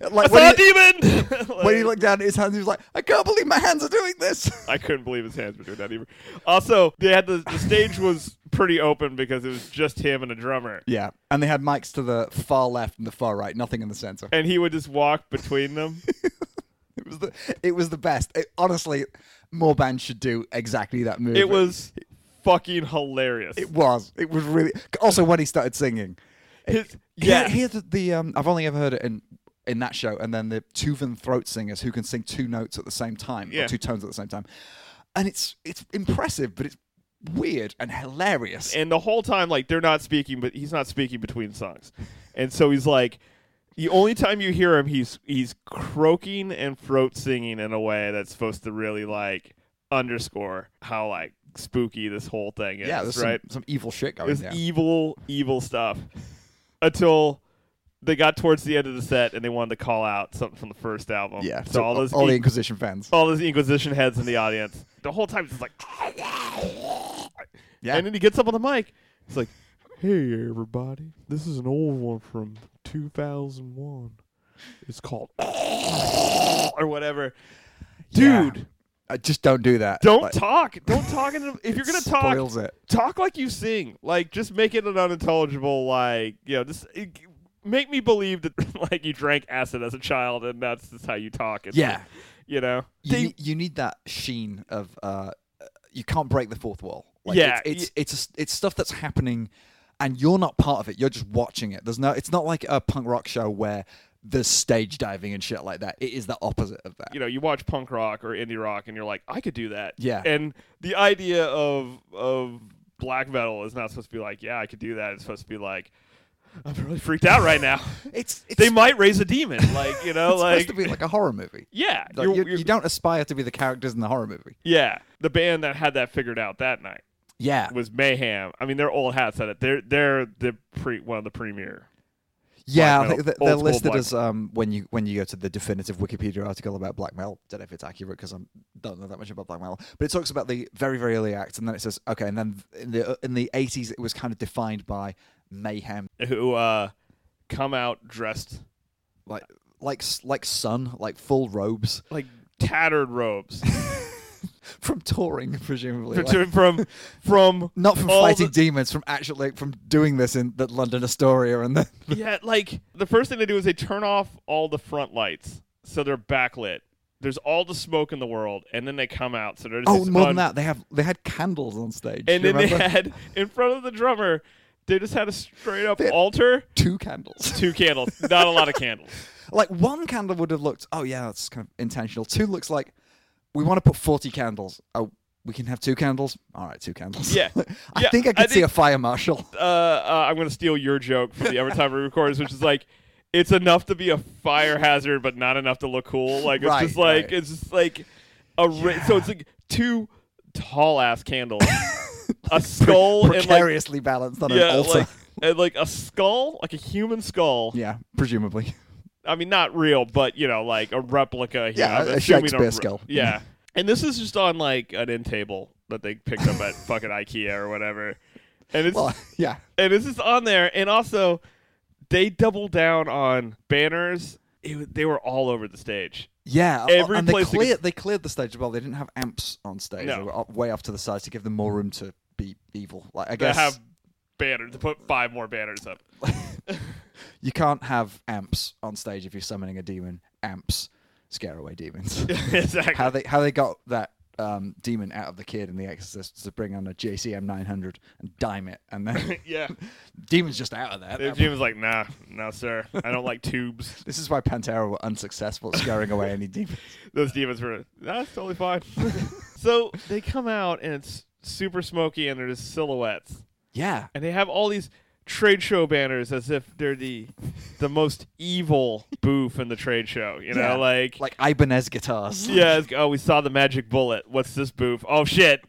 I [laughs]
like
saw
when
a
he,
demon.
[laughs]
[laughs]
when he
Like-
looked down at his hands, he was like, "I can't believe my hands are doing this."
I couldn't believe his hands were doing that either. Also, they had the, the stage was pretty open because it was just him and a drummer.
Yeah, and they had mics to the far left and the far right, nothing in the center.
and he would just walk
[laughs]
between them.
It was the it was the best. It- honestly, more bands should do exactly that move.
it was fucking hilarious.
it was it was really. Also, when he started singing,
His-
yeah.
yeah,
Here, the, the um, I've only ever heard it in in that show, and then the Tuvan throat singers who can sing two notes at the same time,
Yeah.
or two tones at the same time, and it's it's impressive, but it's weird and hilarious.
and the whole time, like they're not speaking, but he's not speaking between songs, and so he's like, the only time you hear him, he's he's croaking and throat singing in a way that's supposed to really like underscore how like spooky this whole thing is.
yeah, there's
right.
some, some evil shit [laughs]
It
going
was
down.
evil, evil stuff. Until they got towards the end of the set and they wanted to call out something from the first album.
yeah,
So,
so
all those
all the
e-
Inquisition fans.
all those Inquisition heads in the audience. The whole time it's just like,
Yeah.
and then he gets up on the mic. He's like, "Hey everybody, this is an old one from 2001. It's called [laughs] or whatever."
Yeah.
Dude,
Uh, just don't do that.
don't
Like,
talk. Don't talk. In the, if
it
you're gonna talk,
spoils it.
talk like you sing. Like just make it an unintelligible. Like you know, just it, make me believe that [laughs] like you drank acid as a child and that's just how you talk. It's
Yeah.
like, you know.
you,
They-
need, you need that sheen of uh, you can't break the fourth wall. Like,
Yeah,
it's it's it's, it's stuff that's happening, and you're not part of it. You're just watching it. There's no. It's not like a punk rock show where there's stage diving and shit like that. It is the opposite of that.
you know, you watch punk rock or indie rock and you're like, I could do that.
Yeah.
And the idea of of black metal is not supposed to be like, yeah, I could do that. It's supposed to be like, I'm really freaked out
[laughs]
right now.
It's it's,
they might raise a demon, like you
[laughs]
know,
it's supposed
like
to be like a horror movie.
yeah,
Like,
you're-
you
you're-
you don't aspire to be the characters in the horror movie.
yeah. The band that had that figured out that night
Yeah,
was Mayhem. I mean, they're old hats at it. They're they're the pre one of the premier.
yeah. I
metal,
think that
old
they're
school
listed
black-
as um when you when you go to the definitive Wikipedia article about black metal. Don't know if it's accurate because I don't know that much about black metal, but it talks about the very very early act, and then it says okay, and then in the in the eighties it was kind of defined by mayhem,
who uh, come out dressed
like like s- like sun, like full robes
like tattered robes
[laughs] from touring presumably. [laughs]
[laughs]
like-
from from, from
not from
all
fighting
the-
demons, from actually like, from doing this in the London Astoria and the
yeah, like the first thing they do is they turn off all the front lights, so they're backlit. There's all the smoke in the world, and then they come out, so they're just
oh,
this
more than
un-
that, they have they had candles on stage.
And
Do you
then they
remember?
had in front of the drummer, they just had a straight up
They-
altar,
two candles.
two candles, not a lot of candles.
Like one candle would have looked, oh yeah, that's kind of intentional. Two looks like we want to put forty candles. Oh, we can have two candles. All right, two candles.
Yeah.
[laughs] I
Yeah,
think I
I
could see
think-
a fire
[laughs]
marshal.
[laughs] Uh, uh, I'm gonna steal your joke from the every time we record, which is like. It's enough to be a fire hazard, but not enough to look cool. Like it's
Right,
just like
right.
it's just like a ri- so it's like two tall ass candles, [laughs] a skull, and like
Precariously balanced on an altar.
Like, and like a skull, like a human skull.
[laughs] yeah, presumably. [laughs]
I mean, not real, but you know, like a replica. Here.
Yeah,
I'm
a
assuming
Shakespeare
re-
skull.
Yeah, and this is just on like an end table that they picked up at fucking IKEA or whatever, and it's
Well, yeah.
and this is on there, and also they double down on banners. It, wa- they were all over the stage.
Yeah,
Every
and they
place they
cleared, they cleared the stage as well. They didn't have amps on stage.
No.
They were up- way off to the sides to give them more room to be evil. Like I
They
guess
have banners to put five more banners up. [laughs]
you can't have amps on stage if you're summoning a demon. Amps. scare away
[laughs]
demons.
exactly.
how they how they got that um, demon out of the kid in The Exorcist is to bring on a JCM 900 and dime it, and
[laughs]
then [laughs]
yeah.
demon's just out of there.
The Jim was like, nah, no, sir. I don't like tubes.
This is why Pantera were unsuccessful at scaring away any
[laughs]
demons.
Those demons were, that's totally fine. so they come out and it's super smoky and they're just silhouettes.
Yeah,
and they have all these trade show banners as if they're the the most evil booth in the trade show. You know,
Yeah.
like,
like Ibanez guitars.
yeah, it's- oh, we saw the magic bullet. What's this booth? Oh shit,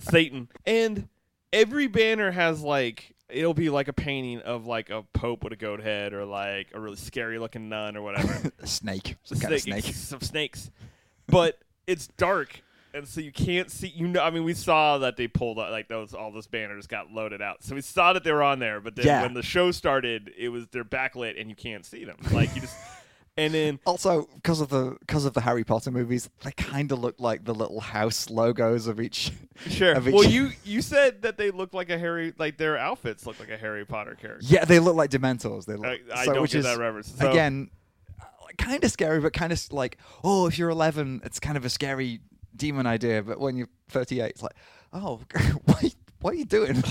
Satan. And every banner has like it'll be like a painting of like a pope with a goat head or like a really scary looking nun or whatever.
A snake, some kind of snake.
[laughs] Some snakes. But it's dark. And so you can't see. You know, I mean, we saw that they pulled out, like those all those banners got loaded out. So we saw that they were on there. But then
Yeah.
when the show started, it was they're backlit and you can't see them. Like you just, and then
Also, because of the because of the Harry Potter movies, they kind of look like the little house logos of each.
sure.
[laughs] Of each-
Well, you you said that they looked like a Harry, like their outfits look like a Harry Potter character.
Yeah, they look like Dementors. They look,
I, I
so-
don't
which
get
is,
that reference. So,
again kind of scary but kind of like oh if you're 11 it's kind of a scary demon idea but when you're 38 it's like oh [laughs] what, what are you
[laughs]
doing [laughs]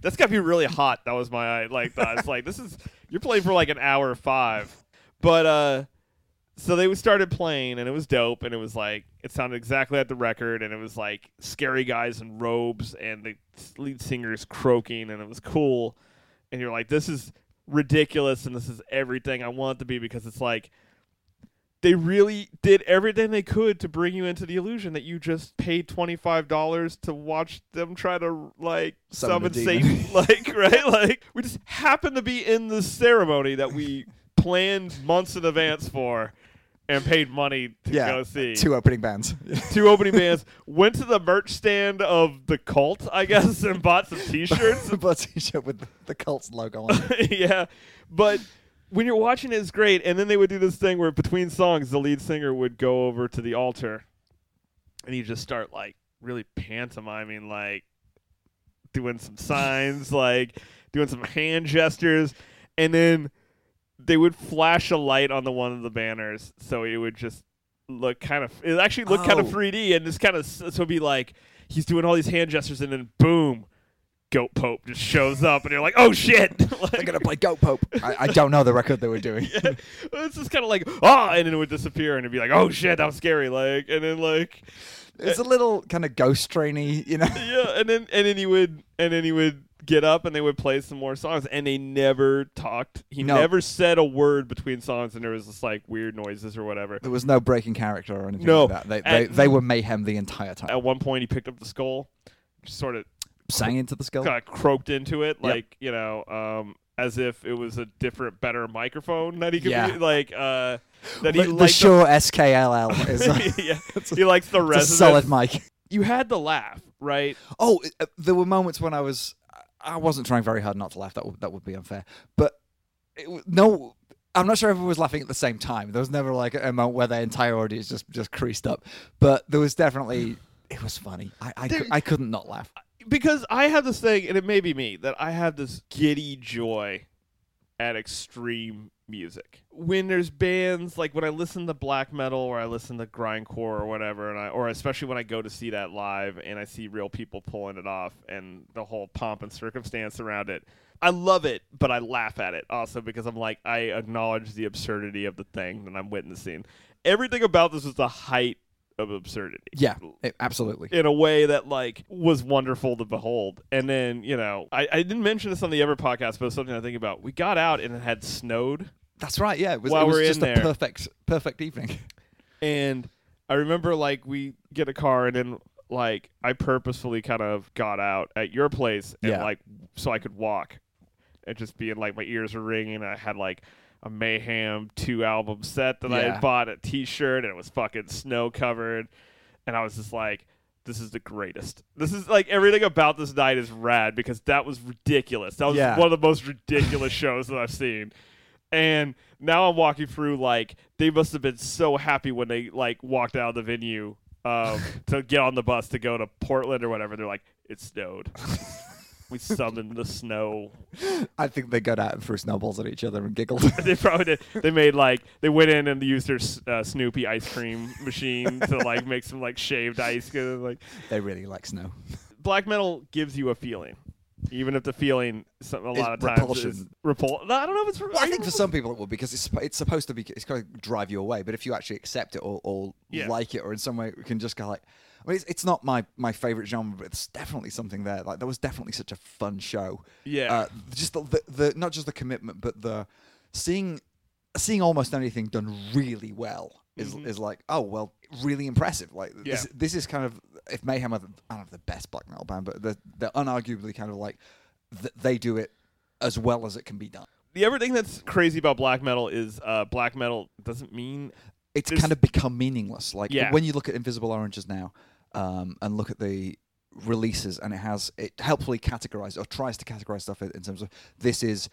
that's got to be really hot. That was my like thought. It's like this is you're playing for like an hour five, but uh, so they started playing and it was dope and it was like it sounded exactly like the record and it was like scary guys in robes and the lead singer's croaking and it was cool, and you're like this is ridiculous and this is everything I want it to be because it's like. They really did everything they could to bring you into the illusion that you just paid twenty five dollars to watch them try to like
Summon
summon
a demon.
Satan, [laughs] like right, like we just happened to be in the ceremony that we planned months in advance for, and paid money to
Yeah,
go see
two opening bands
[laughs] two opening bands. Went to the merch stand of the cult, I guess, and bought
[laughs]
some T-shirts
but t-shirt with the cult's logo on it.
[laughs] yeah, but when you're watching it, it's great. And then they would do this thing where between songs, the lead singer would go over to the altar, and you just start like really pantomiming, like doing some signs, like doing some hand gestures, and then they would flash a light on the one of the banners, so it would just look kind of. It actually looked kind of
Oh.
3D, and this kind of so it'd be like he's doing all these hand gestures, and then boom. Goat Pope just shows up, and you're like, "Oh shit!" [laughs]
they're
Like-
gonna play goat pope I, I don't know the record they were
[laughs]
doing
it's just kind of like ah, and then it would disappear, and it'd be like, oh shit, that was scary, like, and then like,
it's a little kind of ghost trainy you know
[laughs] yeah, and then and then he would and then he would get up, and they would play some more songs, and they never talked. He
No.
never said a word between songs, and there was just like weird noises or whatever.
there was no breaking character or anything
No,
like that they, they,
at-
they were mayhem the entire time
At one point, he picked up the skull, sort of
sang into the skull
kind of croaked into it, like you know, um, as if it was a different, better microphone that he could
Yeah.
be, like uh, that he
the, the
liked.
sure skll is a, [laughs]
[laughs] yeah, he likes the
it's a
rest.
solid mic
You had the laugh, right?
Oh, uh, there were moments when I was I wasn't trying very hard not to laugh. That would, that would be unfair. But it, w- no, I'm not sure everyone was laughing at the same time. There was never like a moment where the entire audience just just creased up. But there was definitely it was funny. I I, cou-
There-
I couldn't not laugh.
because I have this thing, and it may be me, that I have this giddy joy at extreme music. When there's bands like when I listen to black metal or I listen to grindcore or whatever, and I or especially when I go to see that live and I see real people pulling it off and the whole pomp and circumstance around it. I love it, but I laugh at it also because I'm like I acknowledge the absurdity of the thing that I'm witnessing. Everything about this was the height of absurdity
Yeah, it- absolutely.
in a way that like was wonderful to behold. And then you know, I, I didn't mention this on the Ever podcast, but it's something I think about. We got out and it had snowed,
That's right. Yeah, it was,
While
it was
we're in
just a
there.
perfect perfect evening. [laughs]
and I remember like we get a car and then like I purposefully kind of got out at your place and
Yeah.
like so I could walk and just being like my ears were ringing. I had like. A Mayhem two album set that I
Yeah.
had bought a t shirt and it was fucking snow covered. and I was just like, this is the greatest. This is like everything about this night is rad because that was ridiculous. That was
Yeah.
one of the most ridiculous shows that I've seen. And now I'm walking through like they must have been so happy when they like walked out of the venue um, to get on the bus to go to Portland or whatever. They're like, it snowed. We summoned the snow.
I think they got out and threw snowballs at each other and
[laughs]
giggled.
They probably did. They made like they went in and used their s- uh, Snoopy ice cream machine to like make some like shaved ice. 'cause, Like
they really like snow.
black metal gives you a feeling, even if the feeling some, a
Is
lot of times is
repulsion.
repul. No, I don't know if it's. Re-
Well,
are
I
you
think for
repul-
some people it will because it's it's supposed to be it's going to drive you away. But if you actually accept it or, or
Yeah.
like it or in some way you can just go like, I mean, it's, it's not my my favorite genre, but it's definitely something there. Like that was definitely such a fun show.
Yeah.
Uh, just the, the the not just the commitment, but the seeing seeing almost anything done really well is is like oh well really impressive like this,
Mm-hmm. Yeah.
this is kind of if mayhem are the, i don't know if the best black metal band but they're, they're unarguably kind of like th- they do it as well as it can be done
the other thing that's crazy about black metal is uh, black metal doesn't mean
it's
There's-
kind of become meaningless. Like
Yeah.
when you look at Invisible Oranges now, um, and look at the releases, and it has it helpfully categorized or tries to categorize stuff in, in terms of this is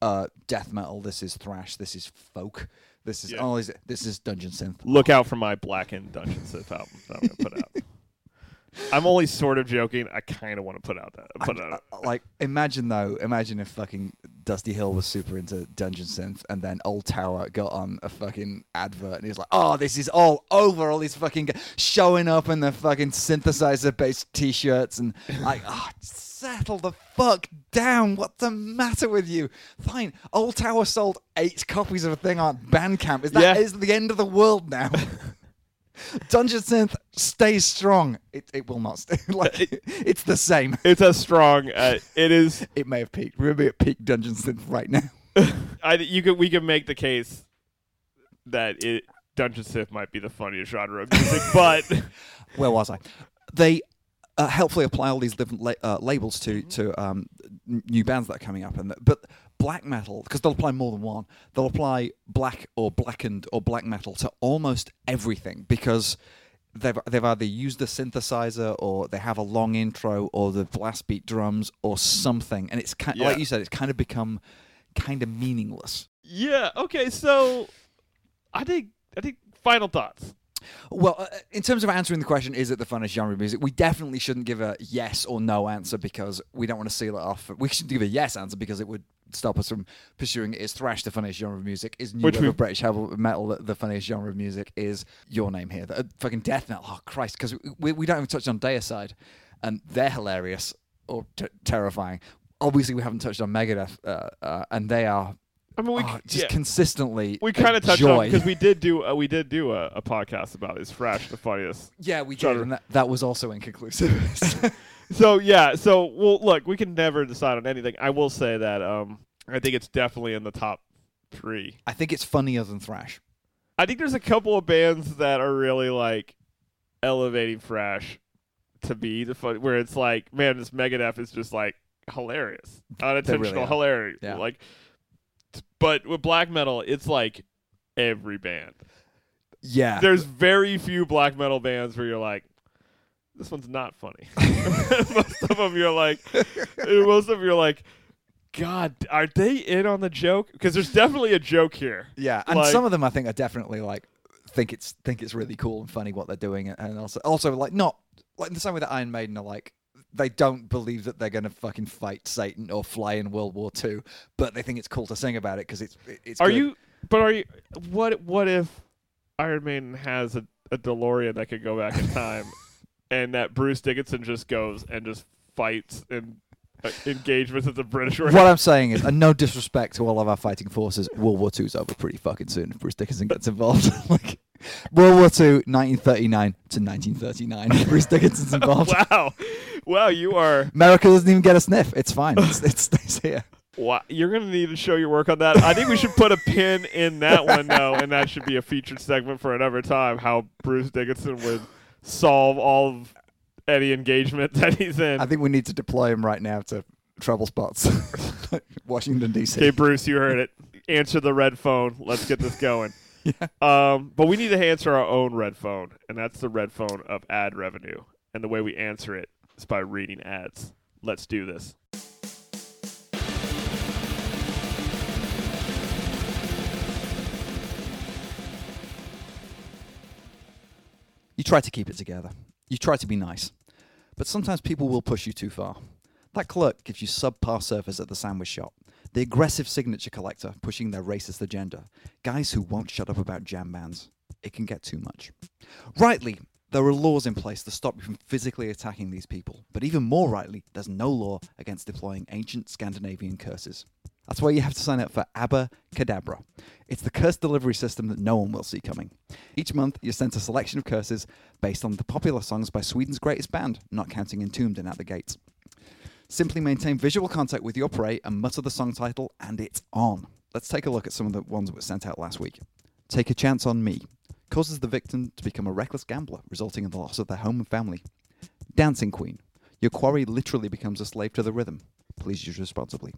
uh, death metal, this is thrash, this is folk, this is
Yeah.
all these this is dungeon synth.
look out for my blackened dungeon sith album that I'm gonna put out. I'm only sort of joking. I kind of want to put out that. Put
And,
out.
uh, like imagine though, imagine if fucking Dusty Hill was super into dungeon synth, and then Old Tower got on a fucking advert, and he was like, "Oh, this is all over. All these fucking g- showing up in their fucking synthesizer-based t-shirts, and [laughs] like, oh, settle the fuck down. What's the matter with you? Fine. Old Tower sold eight copies of a thing on Bandcamp. Is that
Yeah.
is the end of the world now? [laughs] Dungeon synth stays strong. It, it will not stay. [laughs] Like it's the same.
It's as strong. Uh, it is.
It may have peaked. We're at peak Dungeon Synth right now.
I, you could. We could make the case that it dungeon sith might be the funniest genre of
[laughs]
music, but
[laughs] Where was I? They uh, helpfully apply all these different la- uh, labels to to um, n- new bands that are coming up, and th- but black metal because they'll apply more than one. They'll apply black or blackened or black metal to almost everything because. They've, they've either used a synthesizer or they have a long intro or the blast beat drums or something and it's kind
Yeah.
like you said it's kind of become kind of meaningless
yeah. Okay. So I think. I think. Final thoughts.
Well, uh, in terms of answering the question, is it the funnest genre of music? We definitely shouldn't give a yes or no answer because we don't want to seal it off. We should give a yes answer because it would stop us from pursuing it. Is thrash the funniest genre of music? Is new
Which
wave
we-
of British heavy metal the- the funniest genre of music? Is your name here? The, uh, fucking death metal. Oh Christ! Because we, we don't even touch on Deicide, and they're hilarious or t- terrifying. Obviously, we haven't touched on Megadeth, uh, uh, and they are
I mean, we
oh,
c-
just
yeah.
consistently
we kind of touched on
joy.
because we did do uh, we did do a, a podcast about is Fresh the funniest
yeah, we did,
Genre.
and that, that was also inconclusive. [laughs]
So yeah, so well, look, we can never decide on anything. I will say that um, I think it's definitely in the top three.
I think it's funnier than thrash.
I think there's a couple of bands that are really like elevating thrash to be the fun, where it's like, man, this Megadeth is just like hilarious, unintentional
are.
hilarious.
Yeah.
Like, t- but with black metal, it's like every band.
Yeah.
There's very few black metal bands where you're like, this one's not
[laughs]
funny. [laughs] most of them you're like, most of them you're like, God, are they in on the joke? Because there's definitely a joke here.
yeah, and
like-
some of them I think are definitely like think it's think it's really cool and funny what they're doing, and also also like not like in the same way that Iron Maiden are like they don't believe that they're going to fucking fight Satan or fly in World War II, but they think it's cool to sing about it because it's it's.
Are
good.
you? But are you? What? What if Iron Maiden has a, a DeLorean that could go back in
[laughs]
time, and that Bruce Dickinson just goes and just fights and uh, engagements at the British? War?
[laughs] What I'm saying is, and no disrespect to all of our fighting forces, World War II's over pretty fucking soon if Bruce Dickinson gets involved. [laughs] like World War II, 1939 to 1939, Bruce Dickinson's involved.
[laughs] Wow, wow, you are.
America doesn't even get a sniff. It's fine. It's, it stays here.
Wow. You're going to need to show your work on that. I think we should put a pin in that one, though, and that should be a featured segment for another time how Bruce Dickinson would solve all of any engagement [laughs] that he's in.
I think we need to deploy him right now to trouble spots, [laughs] Washington D.C.
okay, Bruce, you heard it. Answer the red phone. Let's get this
[laughs]
going. Um, but we need to answer our own red phone, and that's the red phone of ad revenue. And the way we answer it is by reading ads. Let's do this. [laughs]
You try to keep it together. You try to be nice, but sometimes people will push you too far. That clerk gives you subpar service at the sandwich shop. The aggressive signature collector pushing their racist agenda. Guys who won't shut up about jam bands. It can get too much. Rightly, there are laws in place to stop you from physically attacking these people, but even more rightly, there's no law against deploying ancient Scandinavian curses. That's why you have to sign up for ABBA Cadabra. It's the curse delivery system that no one will see coming. Each month, you're sent a selection of curses based on the popular songs by Sweden's greatest band, not counting Entombed and At the Gates. Simply maintain visual contact with your prey and mutter the song title, and it's on. Let's take a look at some of the ones that were sent out last week. Take a chance on me causes the victim to become a reckless gambler, resulting in the loss of their home and family. Dancing Queen. Your quarry literally becomes a slave to the rhythm. Please use responsibly.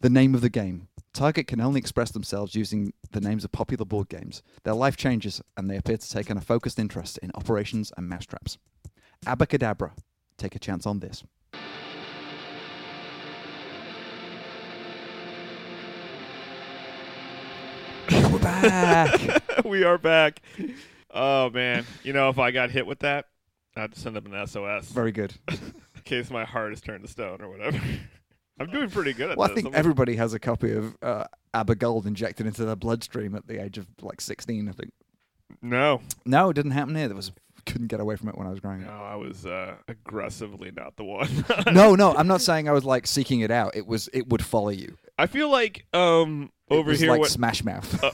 The name of the game. Target can only express themselves using the names of popular board games. Their life changes, and they appear to take on a focused interest in operations and mousetraps. Abacadabra. Take a chance on this. We're back.
we are back. Oh man, you know if I got hit with that, I'd send up an
[laughs]
SOS
Very
[laughs]
good.
in case my heart is turned to stone or whatever. [laughs] I'm doing pretty good at
Well, I
this.
think
I'm-
everybody has a copy of uh, Abigold injected into their bloodstream at the age of like 16, I think.
no,
No, it didn't happen here. There was couldn't get away from it when I was growing
no,
up.
I was uh, aggressively not the one.
No, no, I'm not saying I was like seeking it out. It was it would follow you
[laughs] I feel like um
It
over
was
here
like
what.
Smash Mouth.
uh,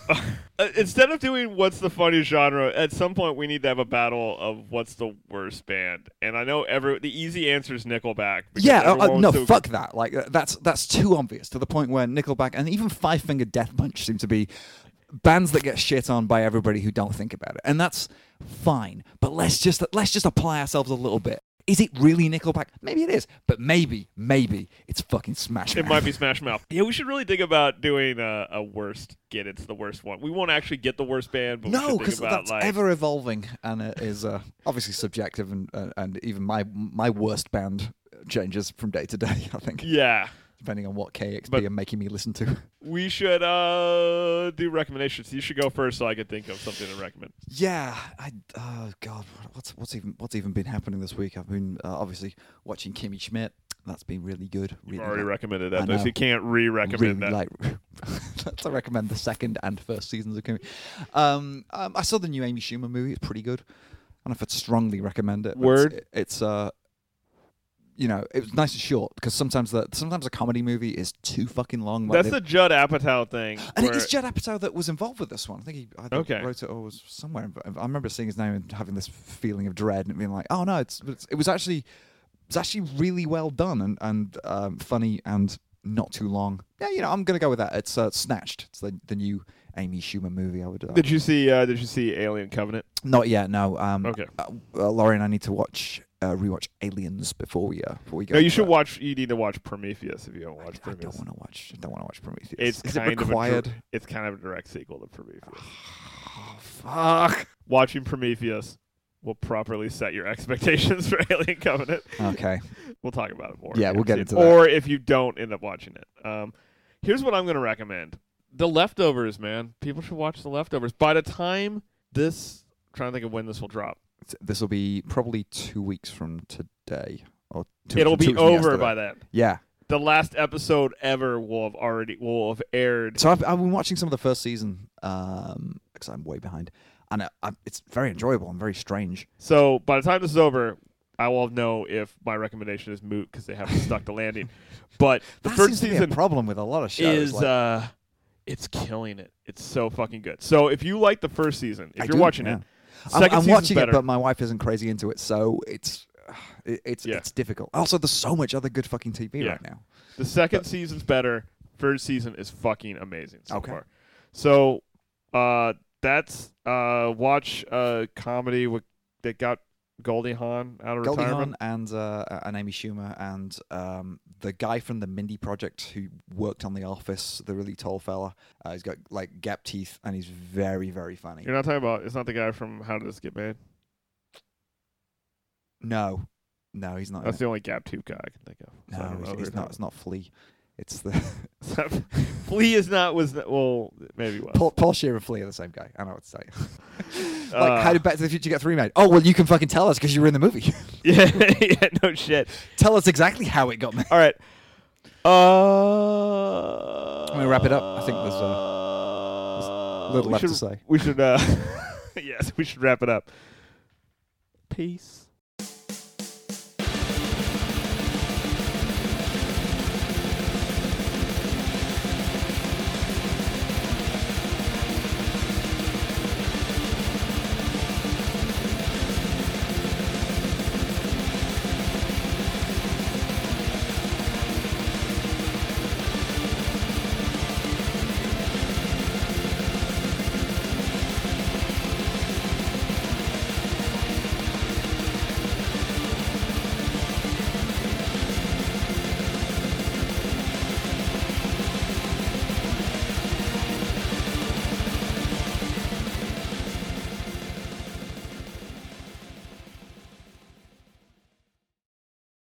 uh, [laughs] instead of doing what's the funniest genre, at some point we need to have a battle of what's the worst band. And I know every the easy answer is Nickelback. because
yeah, uh, uh,
everyone was
no,
so-
fuck that. Like uh, that's that's too obvious to the point where Nickelback and even Five Finger Death Punch seem to be bands that get shit on by everybody who don't think about it, and that's fine. But let's just let's just apply ourselves a little bit. Is it really Nickelback? Maybe it is, but maybe maybe it's fucking Smash Mouth.
It might be Smash Mouth. Yeah, we should really think about doing a, a worst get. It's the worst one. We won't actually get the worst band,
[laughs]
but
No,
we should
because
think about
that's
like
ever evolving, and it is uh, obviously subjective, and uh, and even my my worst band changes from day to day. [laughs] I think
yeah.
depending on what KXP
But-
are making me listen to.
We should uh do recommendations. You should go first, so I could think of something to recommend.
Yeah, I oh god, what- what's what's even what's even been happening this week? I've been uh, obviously watching Kimmy Schmidt. That's been really good.
You've
Really
already
like-
recommended
I
that, though, so
know.
you can't re-recommend
really
that.
like. [laughs] that's I recommend the second and first seasons of Kimmy. Um, um, I saw the new Amy Schumer movie. It's pretty good. I don't know if I'd strongly recommend it. but
Word.
It's, it's uh, you know, it was nice and short because sometimes the sometimes a comedy movie is too fucking long. like
that's
they-
the Judd Apatow thing.
and it
where-
is Judd Apatow that was involved with this one. I think he either
Okay.
wrote it or was somewhere. inv- I remember seeing his name and having this feeling of dread and being like, "Oh no, it's, it's it was actually it's actually really well done and and um, funny and not too long." Yeah, you know, I'm gonna go with that. It's uh, Snatched. It's the, the new Amy Schumer movie. I would uh,
did you see? Uh, did you see Alien Covenant?
not yet. No. Um,
Okay.
uh, uh, Laurie and I need to watch uh, rewatch Aliens before we uh, before we go.
No, you
into
should
that.
watch. You need to watch Prometheus if you haven't watched
I don't
Prometheus.
want to watch. I don't want to watch Prometheus.
It's
is it
kind
required?
Of a, dir- it's kind of a direct sequel
[sighs]
to Prometheus.
oh, fuck.
Watching Prometheus will properly set your [laughs] expectations for Alien Covenant.
Okay.
We'll talk about it more.
Yeah,
if
we'll
you
get
haven't seen
into
it.
that.
Or if you don't end up watching it, um, here's what I'm going to recommend: The Leftovers. Man, people should watch The Leftovers. By the time this, I'm trying to think of when this will drop,
this will be probably two weeks from today or two
it'll
two
be
weeks from
over
yesterday.
by then.
yeah
The last episode ever will have already will have aired.
so I've, I've been watching some of the first season um because i'm way behind and I, I, it's very enjoyable and very strange
So by the time this is over, I will know if my recommendation is moot because they haven't stuck
[laughs]
the landing. But the
That
first
seems to be a
season
problem with a lot of shows
is
like-
uh, it's killing it. It's so fucking good. So if you like the first season, if
I
you're
do,
watching
yeah.
it,
I'm, I'm
2nd season's
watching
better.
it but my wife isn't crazy into it so it's [sighs] it, it's
Yeah.
it's difficult also there's so much other good fucking tv
Yeah.
right now
the second season's better. Third season is fucking amazing so
Okay.
far. So uh, that's uh, watch uh comedy with that got Goldie Hawn out of
Goldie
retirement.
Hawn and uh, and Amy Schumer and um, the guy from the Mindy Project who worked on The Office, the really tall fella. Uh, he's got like gap teeth and he's very very funny.
You're not talking about. It's not the guy from How Did This Get Made.
No, no, he's not. in
That's
it.
the only Gap Tube guy I can think of. So
no,
I don't know
he's,
who
he's
you're
not. It's not Flea. It's
[laughs]
the
talking about. Flea is not was not, well maybe was.
Paul, Paul Shearer and Flea are the same guy. I know what to say.
Uh.
Like, how did Back to the Future get three made? Oh, well, you can fucking tell us because you were in the movie.
[laughs]
[laughs]
yeah, yeah, no shit.
tell us exactly how it got made.
All right. Uh,
I'm gonna wrap it up. I think there's, little
we
left to
should-
say.
[laughs] We should. Uh, yes, we should wrap it up. Peace.